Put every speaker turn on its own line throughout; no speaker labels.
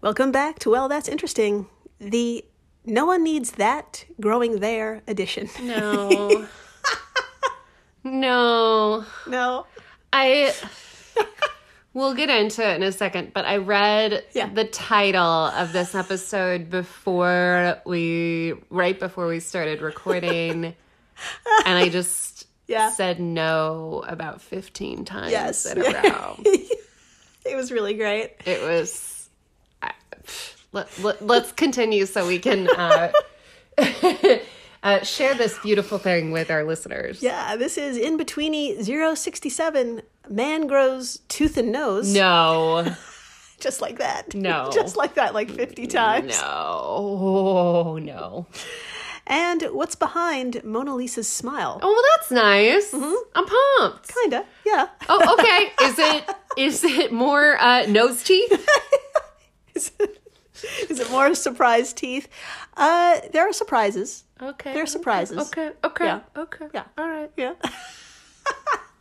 Welcome back to Well, That's Interesting, the No One Needs That Growing There edition.
No. no.
No.
I we'll get into it in a second, but I read
Yeah.
the title of this episode before we right before we started recording and I just
Yeah.
said no about 15 times
Yes.
in a row.
It was really great.
It was I- let, let, let's continue so we can uh, uh, share this beautiful thing with our listeners.
Yeah, this is In Betweeny 067 Man Grows Tooth and Nose.
No.
Just like that.
No.
Just like that, like 50 times.
No, no.
And what's behind Mona Lisa's smile?
Oh, well, that's nice. I'm pumped.
Kinda, yeah.
Oh, okay. Is it is it more uh, nose teeth?
Is it more surprise teeth? Uh, there are surprises.
Okay.
There are surprises.
Okay. Okay.
Yeah.
Okay.
Yeah.
All right.
Yeah.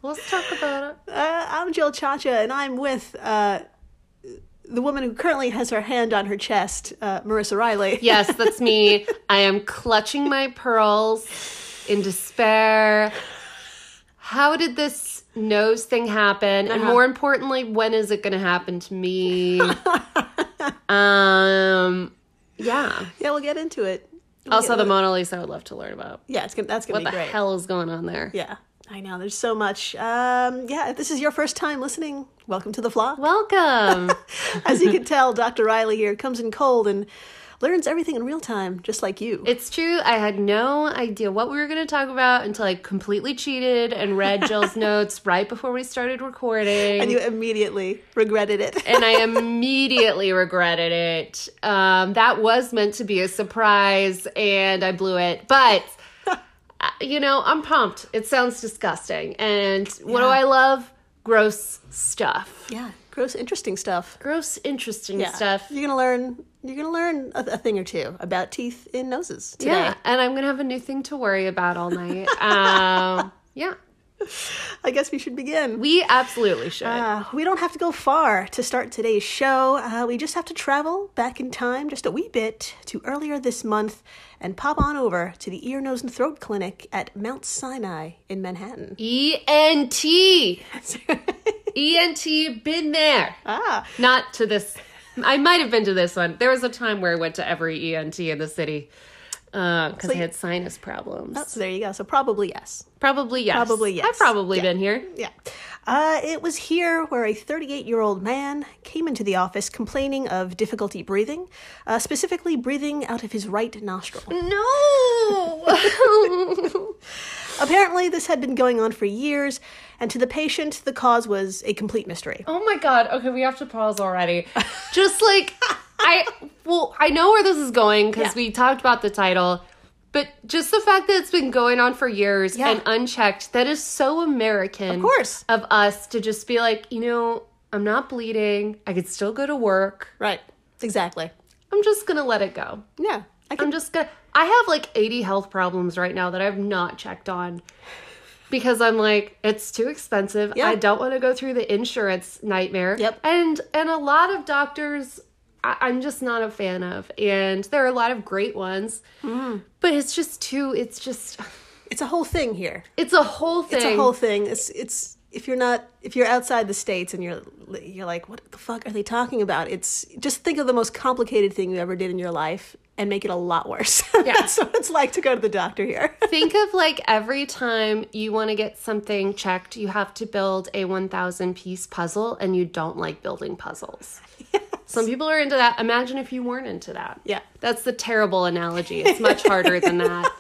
Let's talk about it.
Uh, I'm Jill Chacha, and I'm with uh, the woman who currently has her hand on her chest, uh, Marissa Riley.
Yes, that's me. I am clutching my pearls in despair. How did this nose thing happen? And more importantly, when is it going to happen to me? um, yeah.
Yeah, we'll get into it. We'll
Also,
get-
the Mona Lisa I would love to learn about.
yeah, it's gonna, that's gonna be
What the
great.
hell is going on there?
Yeah, I know. There's so much. Um, yeah, if this is your first time listening, welcome to the flock.
Welcome.
As you can tell, Dr. Riley here comes in cold and learns everything in real time, just like you.
it's true. I had no idea what we were going to talk about until I completely cheated and read Jill's notes right before we started recording.
and you immediately regretted it.
and I immediately regretted it. Um, that was meant to be a surprise, and I blew it. But uh, you know, I'm pumped. It sounds disgusting, and what do
Yeah.
I love? Gross stuff.
yeah, gross, interesting stuff.
Gross, interesting
Yeah.
stuff.
You're gonna learn. You're gonna learn a, a thing or two about teeth in noses today.
Yeah, and I'm gonna have a new thing to worry about all night. um, yeah,
I guess we should begin.
we absolutely should.
Uh, we don't have to go far to start today's show. Uh, we just have to travel back in time just a wee bit to earlier this month and pop on over to the Ear, Nose, and Throat Clinic at Mount Sinai in Manhattan.
E N T. E N T. Been there.
ah,
Not to this. I might have been to this one. There was a time where I went to every ENT in the city because I had sinus problems.
so there you go. So probably yes.
Probably yes.
Oh. Probably yes.
I've probably been here.
Yeah. Uh, it was here where a 38 year old man came into the office complaining of difficulty breathing, uh, specifically breathing out of his right nostril.
Mm. No.
Apparently, this had been going on for years, and to the patient, the cause was a complete mystery.
oh my god. Okay, we have to pause already. Just like I well, I know where this is going because
Yeah.
we talked about the title. But just the fact that it's been going on for years
Yeah.
and unchecked, that is so American.
Of course.
Of us to just be like, you know, I'm not bleeding. I could still go to work.
Right. Exactly.
I'm just gonna let it go.
Yeah. I can.
I'm just gonna. I have like 80 health problems right now that I've not checked on because I'm like, it's too expensive.
Yeah.
I don't want to go through the insurance nightmare.
Yep.
And and a lot of doctors, I, I'm just not a fan of, and there are a lot of great ones,
Mm-hmm.
but it's just too. It's just.
It's a whole thing here.
It's a whole thing.
It's a whole thing. It's it's if you're not if you're outside the states and you're you're like what the fuck are they talking about? It's just think of the most complicated thing you ever did in your life and make it a lot worse.
Yeah.
That's what it's like to go to the doctor here.
Think of like every time you want to get something checked, you have to build a 1,000 piece puzzle and you don't like building puzzles. Some people are into that. Imagine if you weren't into that.
Yeah.
That's the terrible analogy. It's much harder than that.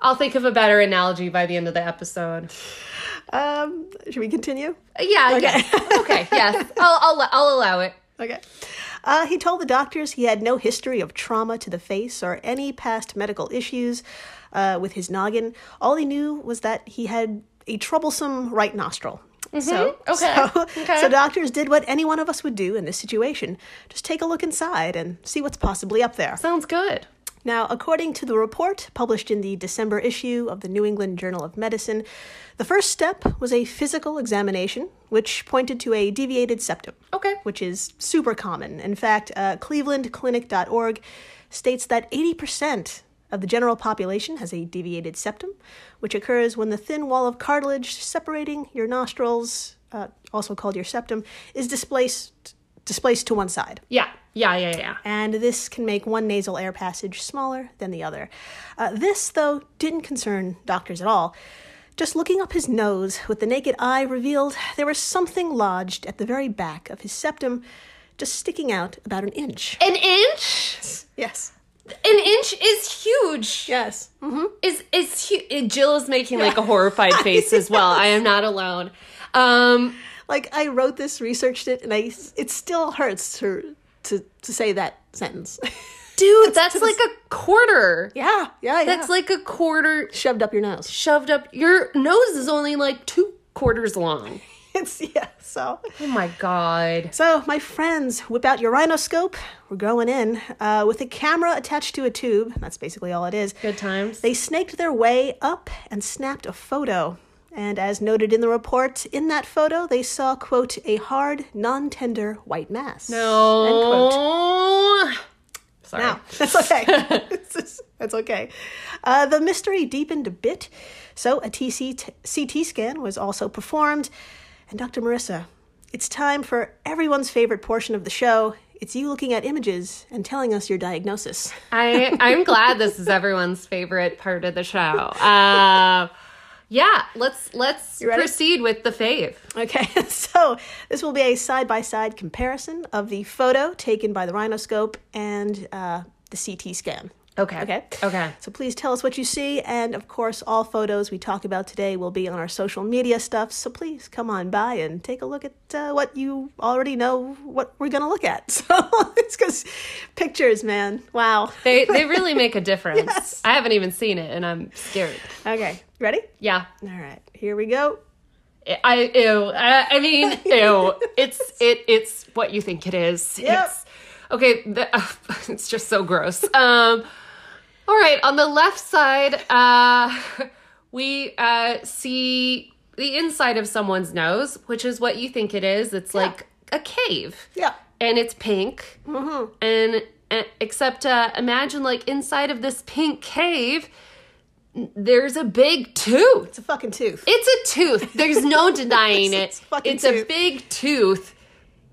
I'll think of a better analogy by the end of the episode. Uh,
Um, should we continue?
Yeah, okay. yes. Okay, yes. I'll, I'll, I'll allow it.
Okay. Uh, he told the doctors he had no history of trauma to the face or any past medical issues uh, with his noggin. All he knew was that he had a troublesome right nostril. So,
Mm-hmm. Okay.
so,
Okay.
so doctors did what any one of us would do in this situation just take a look inside and see what's possibly up there.
Sounds good.
Now, according to the report published in the December issue of the New England Journal of Medicine, the first step was a physical examination, which pointed to a deviated septum.
Okay.
Which is super common. In fact, uh, clevelandclinic.org states that 80% of the general population has a deviated septum, which occurs when the thin wall of cartilage separating your nostrils, uh, also called your septum, is displaced displaced to one side.
Yeah. Yeah, yeah, yeah.
And this can make one nasal air passage smaller than the other. Uh, this, though, didn't concern doctors at all. Just looking up his nose with the naked eye revealed there was something lodged at the very back of his septum, just sticking out about an inch.
An inch?
Yes.
An inch is huge.
Yes. Mm-hmm.
Is is hu- Jill is making like a horrified face as well. I am not alone. Um
Like I wrote this, researched it, and I it still hurts to to, to say that sentence.
dude, that's like a quarter.
yeah, yeah, yeah.
That's like a quarter
shoved up your nose.
shoved up. Your nose is only like two quarters long.
It's yeah. So
Oh my god.
So, my friends, whip out your rhinoscope. We're going in. Uh, with a camera attached to a tube, that's basically all it is,
Good times.
they snaked their way up and snapped a photo. And as noted in the report, in that photo, they saw, quote, a hard, non tender white mass. End quote.
No. Sorry.
Now, that's okay. It's just- that's okay. Uh, the mystery deepened a bit, so a TC t- CT scan was also performed. And Dr. Marissa, it's time for everyone's favorite portion of the show. It's you looking at images and telling us your diagnosis.
I I'm glad this is everyone's favorite part of the show. Uh, yeah, let's let's
ready?
proceed with the fave.
Okay, so this will be a side by side comparison of the photo taken by the rhinoscope and uh, the CT scan.
Okay.
Okay.
Okay.
So please tell us what you see. And of course, all photos we talk about today will be on our social media stuff. So please come on by and take a look at uh, what you already know what we're going to look at. So it's because pictures, man. Wow.
They they really make a difference. I haven't even seen it and I'm scared.
Okay. Ready?
Yeah.
All right. Here we go.
I- I ew. I, I mean, ew. It's it it's what you think it is. It's Okay, the, it's just so gross. Um all right, on the left side, uh we uh see the inside of someone's nose, which is what you think it is. It's like a cave.
Yeah.
And it's pink. Mm-hmm. And uh, except uh imagine like inside of this pink cave, n- there's a big tooth.
It's a fucking tooth.
It's a tooth. There's no denying
It's
it.
a fucking
It's a
tooth.
big tooth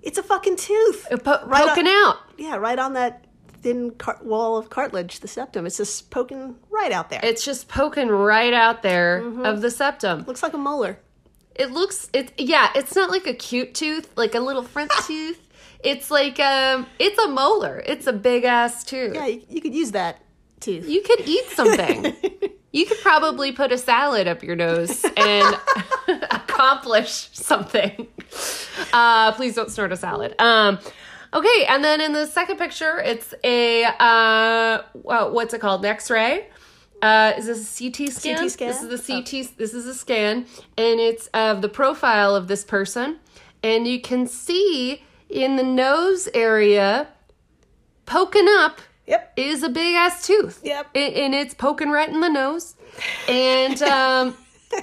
It's a fucking tooth.
po-
Right
poking out.
Yeah, right on that thin car- wall of cartilage, the septum. It's just poking right out there.
It's just poking right out there
Mm-hmm.
of the septum.
Looks like a molar.
It looks it yeah, it's not like a cute tooth, like a little front tooth. It's like um it's a molar. It's a big ass tooth.
Yeah, you, you could use that tooth.
You could eat something. you could probably put a salad up your nose and accomplish something. Uh, please don't snort a salad. Um, okay, and then in the second picture, it's a uh, wha- what's it called? An X-ray. Uh, is this a CT scan?
CT scan?
This is the CT. This is a scan, and it's of the profile of this person, and you can see in the nose area, poking up
Yep.
is a big ass tooth.
Yep.
A- And, it's poking right in the nose. And um,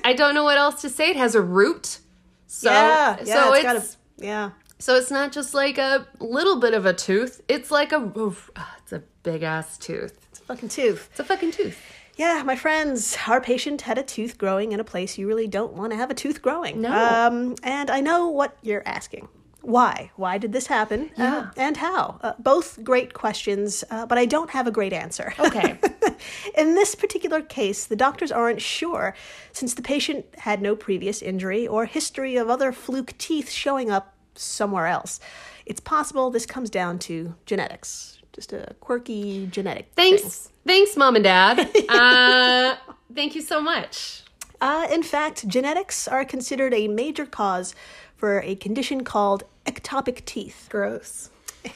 I don't know what else to say. It has a root. So,
yeah, yeah,
so it's,
it's got a yeah.
so it's not just like a little bit of a tooth. It's like a oof, ah, it's a big ass tooth.
It's a fucking tooth.
It's a fucking tooth.
Yeah, my friends, our patient had a tooth growing in a place you really don't want to have a tooth growing.
No.
Um, and I know what you're asking. Why? Why did this happen? Yeah. and how? Uh, both great questions, uh, but I don't have a great answer.
Okay.
in this particular case, the doctors aren't sure since the patient had no previous injury or history of other fluke teeth showing up somewhere else. It's possible this comes down to genetics, just a quirky genetic.
Thanks. Thanks, mom and dad. Uh, thank you so much.
Uh, in fact, genetics are considered a major cause for a condition called ectopic teeth.
Gross.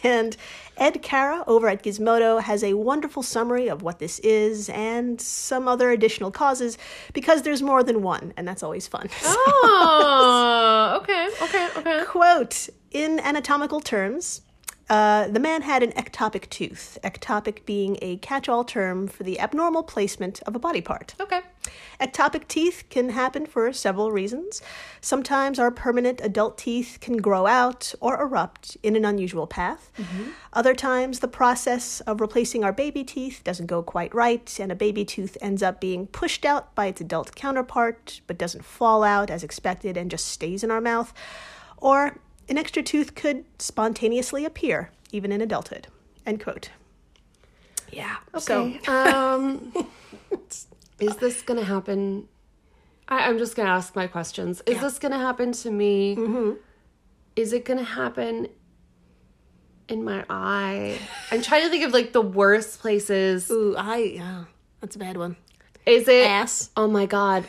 And Ed Cara over at Gizmodo has a wonderful summary of what this is and some other additional causes because there's more than one, and that's always fun.
Oh, okay, okay, okay.
Quote In anatomical terms, Uh, the man had an ectopic tooth, ectopic being a catch all term for the abnormal placement of a body part.
Okay.
Ectopic teeth can happen for several reasons. Sometimes our permanent adult teeth can grow out or erupt in an unusual path. Other times, the process of replacing our baby teeth doesn't go quite right, and a baby tooth ends up being pushed out by its adult counterpart but doesn't fall out as expected and just stays in our mouth. Or an extra tooth could spontaneously appear, even in adulthood. End quote. Yeah. So,
Okay. um, is this going to happen? I, I'm just going to ask my questions. Is this going to happen to me?
Mm-hmm.
Is it going to happen in my eye? I'm trying to think of like the worst places.
ooh, I, yeah, that's a bad one.
Is it?
Ass.
Oh my God.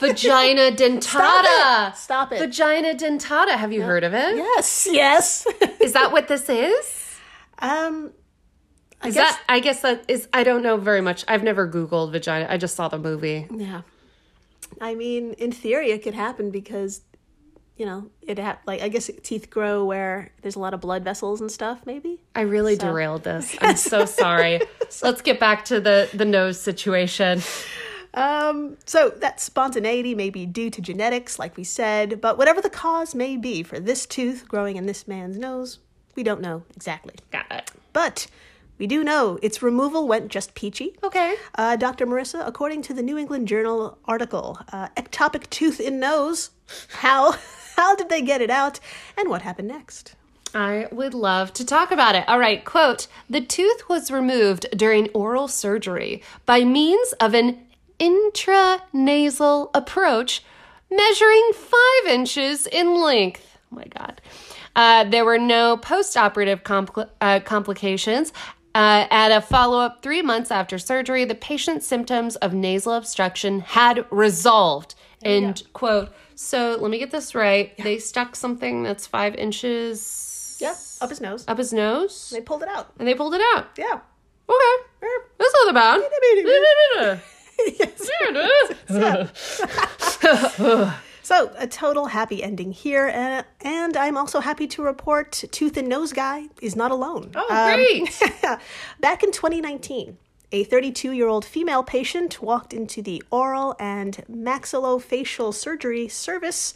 Vagina dentata.
Stop it.
Vagina dentata. Have you heard of it? Is
Yes, yes.
that what this is?
um, I
Is
guess.
that I guess that is I don't know very much. I've never Googled vagina. I just saw the movie.
Yeah. I mean, in theory, it could happen because, you know, it ha- like I guess teeth grow where there's a lot of blood vessels and stuff. Maybe.
I really derailed this. I'm so sorry. Let's get back to the the nose situation.
Um, so that spontaneity may be due to genetics, like we said, but whatever the cause may be for this tooth growing in this man's nose, we don't know exactly.
Got it.
But we do know its removal went just peachy.
Okay.
Uh, Dr. Marissa, according to the New England Journal article, uh, ectopic tooth in nose, how how did they get it out, and what happened next?
I would love to talk about it. All right, quote The tooth was removed during oral surgery by means of an intranasal approach measuring five inches in length. Oh my God. Uh, there were no post operative compl- uh, complications. Uh, at a follow up three months after surgery, the patient's symptoms of nasal obstruction had resolved. End quote. So let me get this right. They stuck something that's five inches
Yeah, up his nose.
up his nose
They pulled it out.
and they pulled it out.
Yeah.
Okay. That's not bad.
Yes. So, a total happy ending here, and, and I'm also happy to report Tooth and Nose Guy is not alone.
Oh, great.
Back in 2019, a 32 year old female patient walked into the oral and maxillofacial surgery service,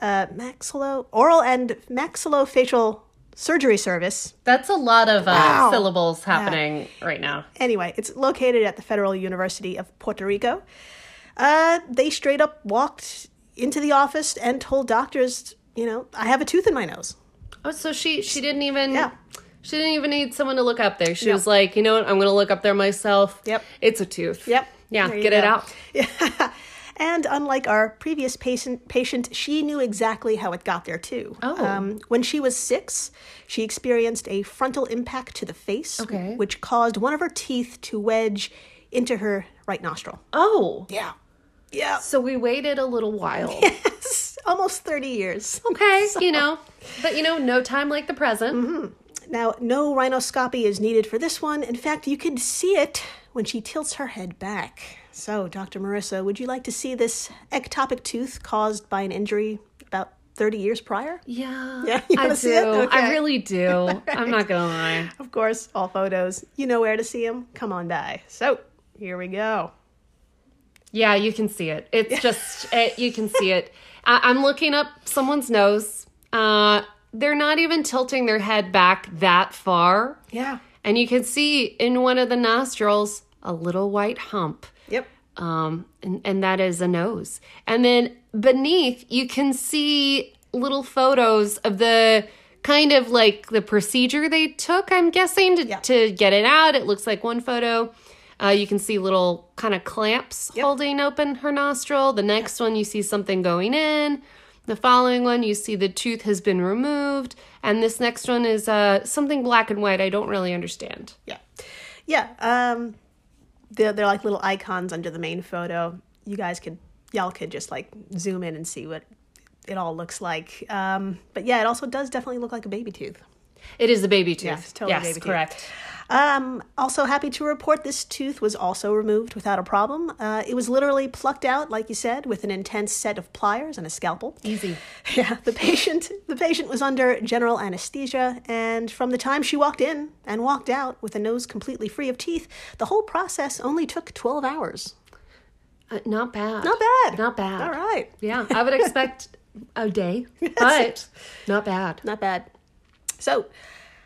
uh, maxillo, oral and maxillofacial surgery service.
That's a lot of uh,
Wow.
syllables happening right now.
Anyway, it's located at the Federal University of Puerto Rico. Uh, they straight up walked into the office and told doctors, you know, I have a tooth in my nose.
Oh, so she she didn't even
Yeah.
she didn't even need someone to look up there. She was like, you know what? I'm going to look up there myself.
Yep.
It's a tooth.
Yep.
Yeah.
There you
Get it
go.
out.
Yeah. and unlike our previous patient, patient, she knew exactly how it got there too.
Oh.
Um, when she was six, she experienced a frontal impact to the face,
Okay.
which caused one of her teeth to wedge into her right nostril.
Oh.
Yeah. Yeah.
So we waited a little while.
Almost 30 years.
Okay. You know, but you know, no time like the present.
Mm-hmm. Now, no rhinoscopy is needed for this one. In fact, you can see it when she tilts her head back. So, Dr. Marissa, would you like to see this ectopic tooth caused by an injury about 30 years prior?
Yeah.
Yeah, you
I
wanna
do.
see it? Okay.
I really do. I'm not going to lie.
Of course, all photos. You know where to see them. Come on, die. So, here we go.
Yeah, you can see it. It's just it, you can see it. I, I'm looking up someone's nose. Uh, they're not even tilting their head back that far,
Yeah.
and you can see in one of the nostrils a little white hump.
Yep.
Um, and, and that is a nose. And then beneath, you can see little photos of the kind of like the procedure they took, I'm guessing, to, to get it out. It looks like one photo. Uh, you can see little kind of clamps holding open her nostril. The next one, you see something going in. The following one, you see the tooth has been removed. And this next one is uh, something black and white. I don't really understand.
Yeah. Yeah. Um, they're, they're like little icons under the main photo. You guys could, y'all could just like zoom in and see what it all looks like. Um, but yeah, it also does definitely look like a baby tooth.
It is a baby tooth.
it's totally a
yes,
baby tooth.
correct.
Um, also, happy to report this tooth was also removed without a problem. Uh, it was literally plucked out, like you said, with an intense set of pliers and a scalpel.
Easy.
Yeah, the patient the patient was under general anesthesia, and from the time she walked in and walked out with a nose completely free of teeth, the whole process only took twelve hours.
Uh, not bad.
Not bad.
Not bad.
All right.
Yeah, I would expect a day, but not bad.
Not bad. So,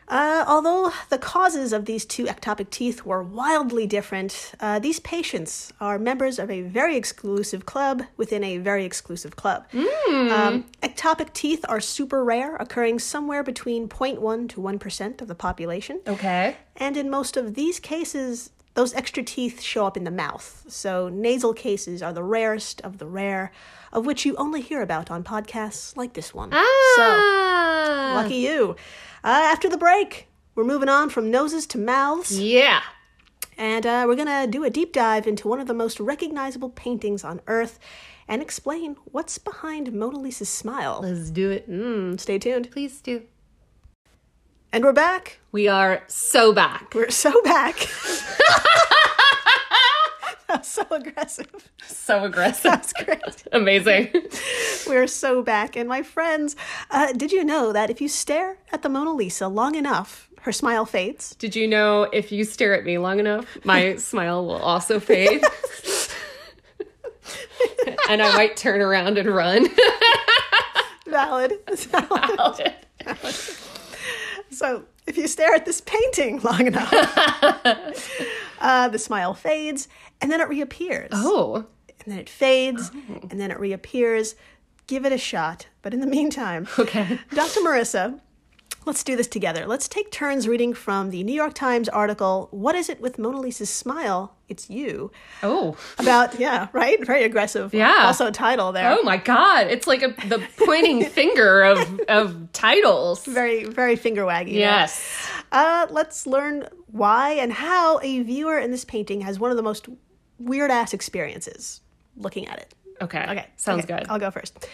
uh, although the causes of these two ectopic teeth were wildly different, uh, these patients are members of a very exclusive club within a very exclusive club. Um, ectopic teeth are super rare, occurring somewhere between 0.1 to 1% of the population.
Okay.
And in most of these cases, those extra teeth show up in the mouth. So nasal cases are the rarest of the rare, of which you only hear about on podcasts like this one.
Ah.
Lucky you. Uh, after the break, we're moving on from noses to mouths,
Yeah.
and uh, we're going to do a deep dive into one of the most recognizable paintings on Earth and explain what's behind Mona Lisa's smile.
Let's do it.
Mm, stay tuned.
Please do.
And we're back.
We are so back.
We're so back. that was so aggressive.
So aggressive.
That's great.
Amazing.
We're so back. And my friends, uh, did you know that if you stare at the Mona Lisa long enough, her smile fades?
Did you know if you stare at me long enough, my smile will also fade? and I might turn around and run.
Valid. so if you stare at this painting long enough, uh, the smile fades and then it reappears.
oh.
And then it fades and then it reappears. Give it a shot. But in the meantime,
Okay.
Dr. Marissa, let's do this together. Let's take turns reading from the New York Times article, What Is It with Mona Lisa's Smile? It's You.
Oh.
About, yeah, right? Very aggressive.
Yeah.
Also, title there.
Oh my god. It's like a, the pointing finger of of titles.
Very, very finger waggy. there.
Yes.
Uh, let's learn why and how a viewer in this painting has one of the most weird ass experiences looking at it.
Okay.
Okay.
Sounds
okay,
good.
I'll go first.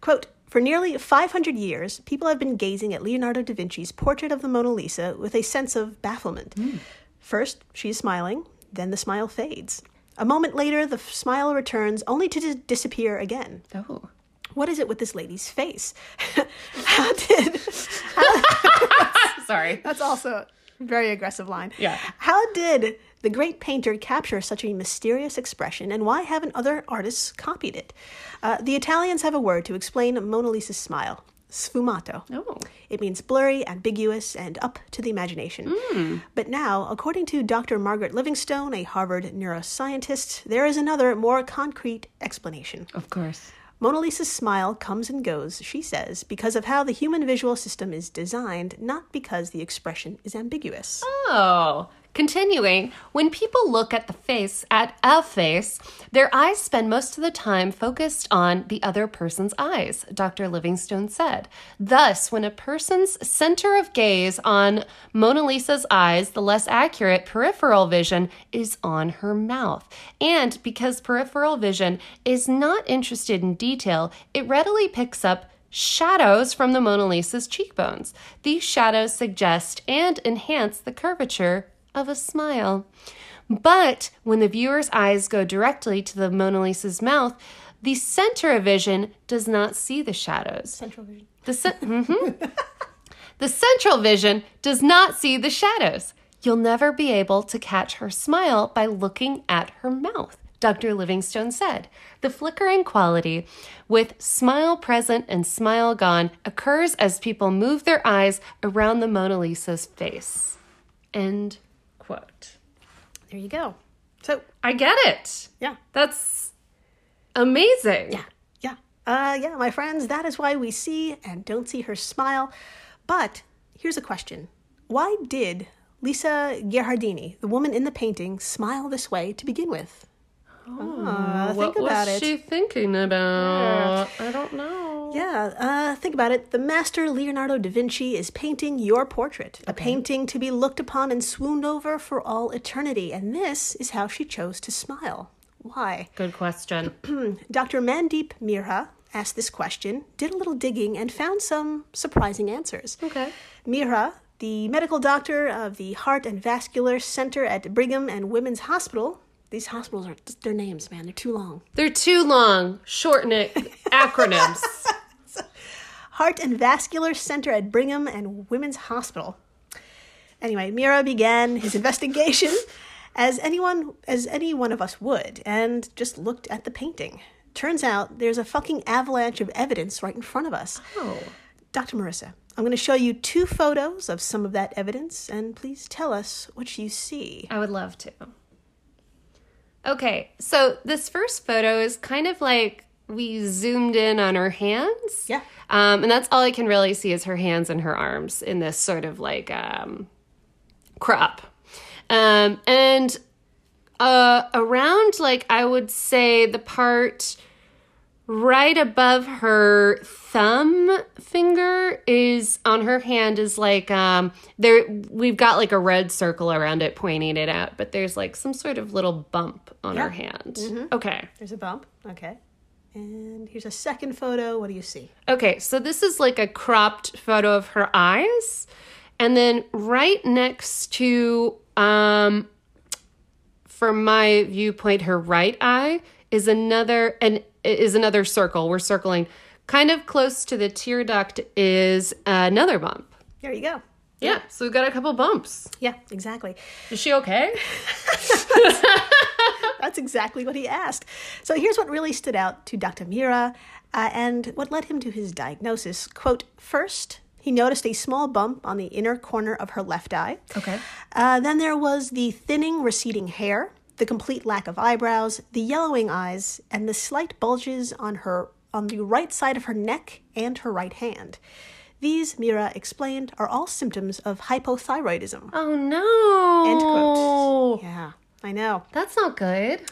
Quote For nearly 500 years, people have been gazing at Leonardo da Vinci's portrait of the Mona Lisa with a sense of bafflement.
Hmm.
First, she's smiling, then the smile fades. A moment later, the f- smile returns only to dis- disappear again.
oh.
What is it with this lady's face? how did.
Sorry.
That's also a very aggressive line.
Yeah.
How did the great painter capture such a mysterious expression, and why haven't other artists copied it? Uh, the Italians have a word to explain Mona Lisa's smile sfumato.
Oh.
It means blurry, ambiguous, and up to the imagination.
Hmm.
But now, according to Dr. Margaret Livingstone, a Harvard neuroscientist, there is another, more concrete explanation.
Of course.
Mona Lisa's smile comes and goes, she says, because of how the human visual system is designed, not because the expression is ambiguous.
Oh. Continuing, when people look at the face, at a face, their eyes spend most of the time focused on the other person's eyes, Dr. Livingstone said. Thus, when a person's center of gaze on Mona Lisa's eyes, the less accurate peripheral vision is on her mouth. And because peripheral vision is not interested in detail, it readily picks up shadows from the Mona Lisa's cheekbones. These shadows suggest and enhance the curvature of a smile. But when the viewer's eyes go directly to the Mona Lisa's mouth, the center of vision does not see the shadows.
Central vision.
The, cen- Mhm. the central vision does not see the shadows. You'll never be able to catch her smile by looking at her mouth, Dr. Livingstone said. The flickering quality with smile present and smile gone occurs as people move their eyes around the Mona Lisa's face. End quote.
There you go. So,
I get it.
yeah,
That's amazing.
yeah, yeah. Uh, yeah, my friends, that is why we see and don't see her smile. But here's a question Why did Lisa Gherardini, the woman in the painting, smile this way to begin with? Ah,
what
think about
was
it.
she thinking about? I don't know.
Yeah, uh, think about it. The master Leonardo da Vinci is painting your portrait, a painting to be looked upon and swooned over for all eternity. And this is how she chose to smile. Why?
Good question.
Dr. Mandeep Mira asked this question, did a little digging, and found some surprising answers.
Okay.
Mira the medical doctor of the Heart and Vascular Center at Brigham and Women's Hospital. These hospitals are their names, man. They're too long.
They're too long. Shorten it. Acronyms.
Heart and Vascular Center at Brigham and Women's Hospital. Anyway, Mira began his investigation as anyone as any one of us would and just looked at the painting. Turns out there's a fucking avalanche of evidence right in front of us.
Oh.
Dr. Marissa, I'm going to show you two photos of some of that evidence and please tell us what you see.
I would love to. Okay, so this first photo is kind of like we zoomed in on her hands.
Yeah.
Um, and that's all I can really see is her hands and her arms in this sort of like um, crop. Um, and uh, around, like, I would say the part right above her thumb finger is on her hand is like um there we've got like a red circle around it pointing it out but there's like some sort of little bump on her hand okay
There's a bump. Okay. And here's a second photo. What do you see?
Okay, so this is like a cropped photo of her eyes. And then right next to, um, from my viewpoint, her right eye is another and is another circle. We're circling kind of close to the tear duct is another bump.
There you go.
Yeah, so we've got a couple bumps.
Yeah, exactly.
Is she okay?
That's exactly what he asked. So here's what really stood out to Dr. Mira uh, and what led him to his diagnosis. Quote, first, he noticed a small bump on the inner corner of her left eye.
Okay.
Uh, then there was the thinning, receding hair, the complete lack of eyebrows, the yellowing eyes, and the slight bulges on her on the right side of her neck and her right hand. These, Mira explained, are all symptoms of hypothyroidism.
Oh no.
End quote. Yeah, I know.
That's not good.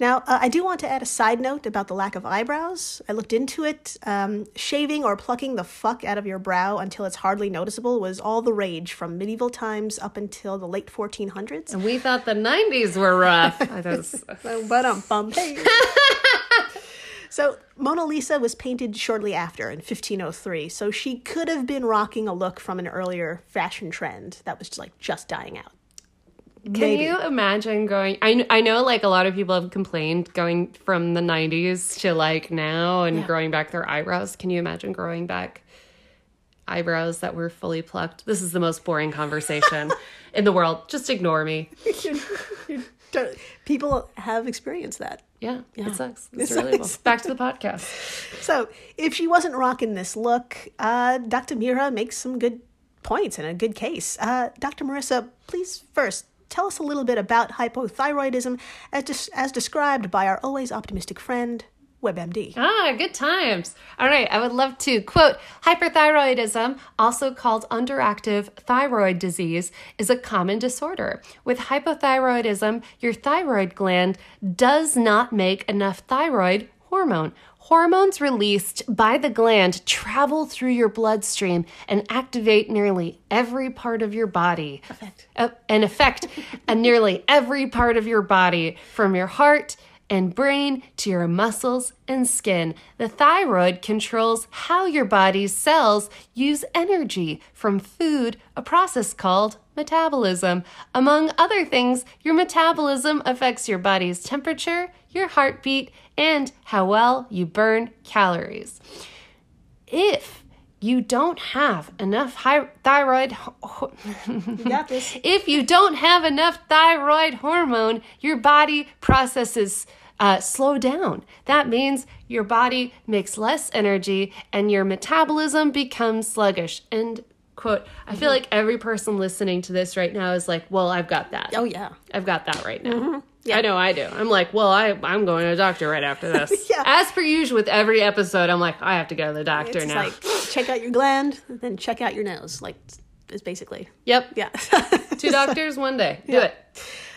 Now, uh, I do want to add a side note about the lack of eyebrows. I looked into it. Um, shaving or plucking the fuck out of your brow until it's hardly noticeable was all the rage from medieval times up until the late 1400s.
And we thought the 90s were rough. I thought it was-
But um, bum. hey. so Mona Lisa was painted shortly after in 1503. So she could have been rocking a look from an earlier fashion trend that was like just dying out.
Can you imagine going? I, kn- I know like a lot of people have complained going from the 90s to like now and growing back their eyebrows. Can you imagine growing back eyebrows that were fully plucked? This is the most boring conversation in the world. Just ignore me.
Don't- People have experienced that.
Yeah, it sucks. It's
It
really
sucks.
Back to the podcast.
So, if she wasn't rocking this look, uh, Dr. Mira makes some good points and a good case. Uh, Dr. Marissa, please first tell us a little bit about hypothyroidism as, des- as described by our always optimistic friend, WebMD.
Ah, good times. All right, I would love to. Quote Hyperthyroidism, also called underactive thyroid disease, is a common disorder. With hypothyroidism, your thyroid gland does not make enough thyroid hormone. Hormones released by the gland travel through your bloodstream and activate nearly every part of your body uh, and affect uh, nearly every part of your body from your heart and brain to your muscles and skin. The thyroid controls how your body's cells use energy from food, a process called metabolism. Among other things, your metabolism affects your body's temperature, your heartbeat, and how well you burn calories if you don't have enough hy- thyroid ho-
You got this.
if you don't have enough thyroid hormone your body processes uh, slow down that means your body makes less energy and your metabolism becomes sluggish and quote i feel like every person listening to this right now is like well i've got that
Oh, yeah.
i've got that right now
Mm-hmm.
I know I do. I'm like, well, I, I'm going to the doctor right after this.
Yeah.
As per usual with every episode, I'm like, I have to go to the doctor
It's
now.
like check out your gland, then check out your nose. Like, is basically.
Yep.
Yeah.
Two doctors, one day. Do it.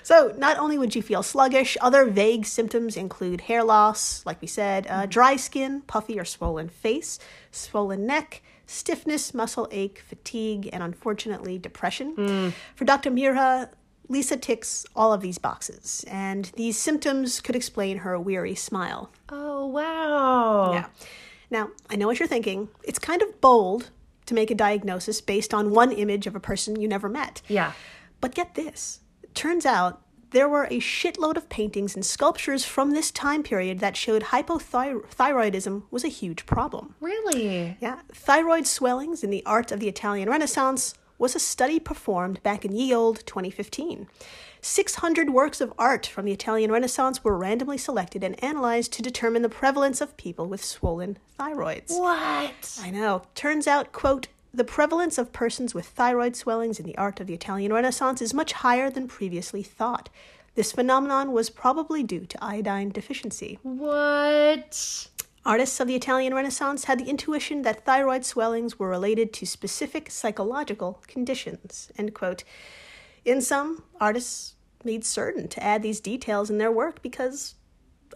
So, not only would you feel sluggish, other vague symptoms include hair loss, like we said, uh, dry skin, puffy or swollen face, swollen neck, stiffness, muscle ache, fatigue, and unfortunately, depression. For Dr. Mira, Lisa ticks all of these boxes, and these symptoms could explain her weary smile.
Oh wow.
Now, I know what you're thinking. It's kind of bold to make a diagnosis based on one image of a person you never met.
Yeah.
But get this turns out there were a shitload of paintings and sculptures from this time period that showed hypothyroidism was a huge problem.
Really?
Yeah, thyroid swellings in the art of the Italian Renaissance was a study performed back in ye olde 2015. 600 works of art from the Italian Renaissance were randomly selected and analyzed to determine the prevalence of people with swollen thyroids.
What?
I know. Turns out, quote, the prevalence of persons with thyroid swellings in the art of the Italian Renaissance is much higher than previously thought. This phenomenon was probably due to iodine deficiency.
What?
Artists of the Italian Renaissance had the intuition that thyroid swellings were related to specific psychological conditions. End quote. In some, artists made certain to add these details in their work because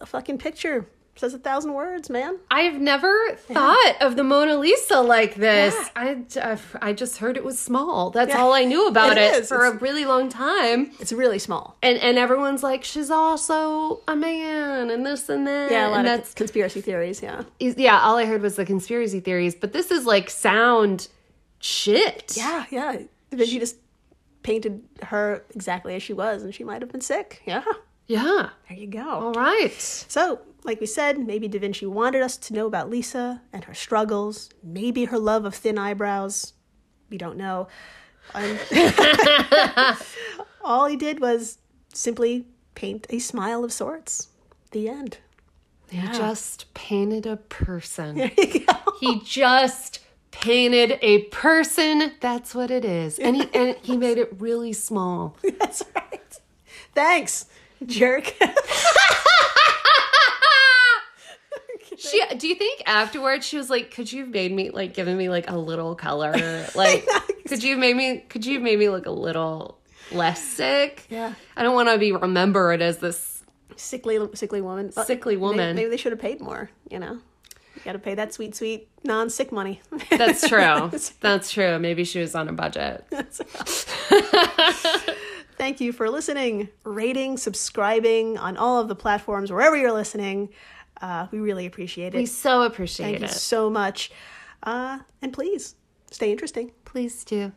a fucking picture says a thousand words, man.
I've never thought of the Mona Lisa like this. I, I've- I just heard it was small. That's
Yeah.
all I knew
It
about it,
is.
for a
It's-
really long time.
It's really small.
And and everyone's like, she's also a man, and this and that.
Yeah, a lot
and
of
that's
cons- conspiracy theories. Yeah.
is- yeah, all I heard was the conspiracy theories, but this is like sound shit.
Yeah, yeah. But she just painted her exactly as she was, and she might have been sick. Yeah.
Yeah.
There you go.
All right.
So, like we said, maybe Da Vinci wanted us to know about Lisa and her struggles, maybe her love of thin eyebrows. We don't know. Um, all he did was simply paint a smile of sorts. The end.
He just painted a person.
There you go.
he just painted a person. That's what it is. And he and he made it really small.
That's right. Thanks, jerk.
She do you think afterwards she was like, could you have made me like given me like a little color? Like could you have made me could you have made me look a little less sick?
Yeah.
I don't wanna be remembered as this
sickly, sickly woman. Well,
Sickly
may-
woman.
Maybe, they should have paid more. You know, you got to pay that sweet, sweet non-sick money.
That's true. That's true. Maybe she was on a budget.
Thank you for listening, rating, subscribing on all of the platforms wherever you're listening. Uh, we really appreciate it.
We so appreciate
Thank you
it.
so much, uh, and please stay interesting.
Please do.